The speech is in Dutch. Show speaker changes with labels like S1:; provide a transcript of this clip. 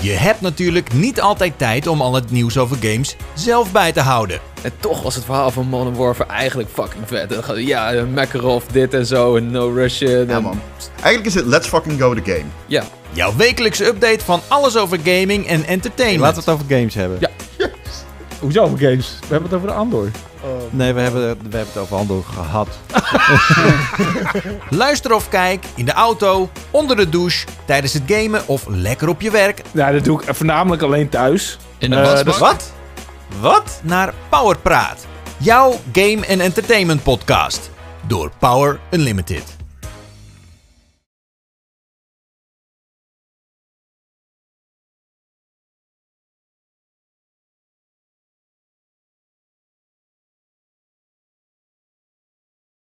S1: Je hebt natuurlijk niet altijd tijd om al het nieuws over games zelf bij te houden.
S2: En toch was het verhaal van Modern Warfare eigenlijk fucking vet. En dan gaat- Ja, Makarov dit en zo en No Russian.
S3: Ja,
S2: en-
S3: man. Eigenlijk is het let's fucking go the game.
S2: Ja,
S1: Jouw wekelijkse update van alles over gaming en entertainment.
S4: Laten we het over games hebben.
S2: Ja.
S5: Hoezo over Oh, games? We hebben het over de Andor.
S4: Nee, we hebben, we hebben het over handel gehad.
S1: Luister of kijk in de auto, onder de douche, tijdens het gamen of lekker op je werk.
S5: Nou, dat doe ik voornamelijk alleen thuis.
S6: In de
S5: Eh,
S6: wasbak?
S5: dat is-
S1: Wat? Wat? Naar Powerpraat. Jouw game en entertainment podcast. Door Power Unlimited.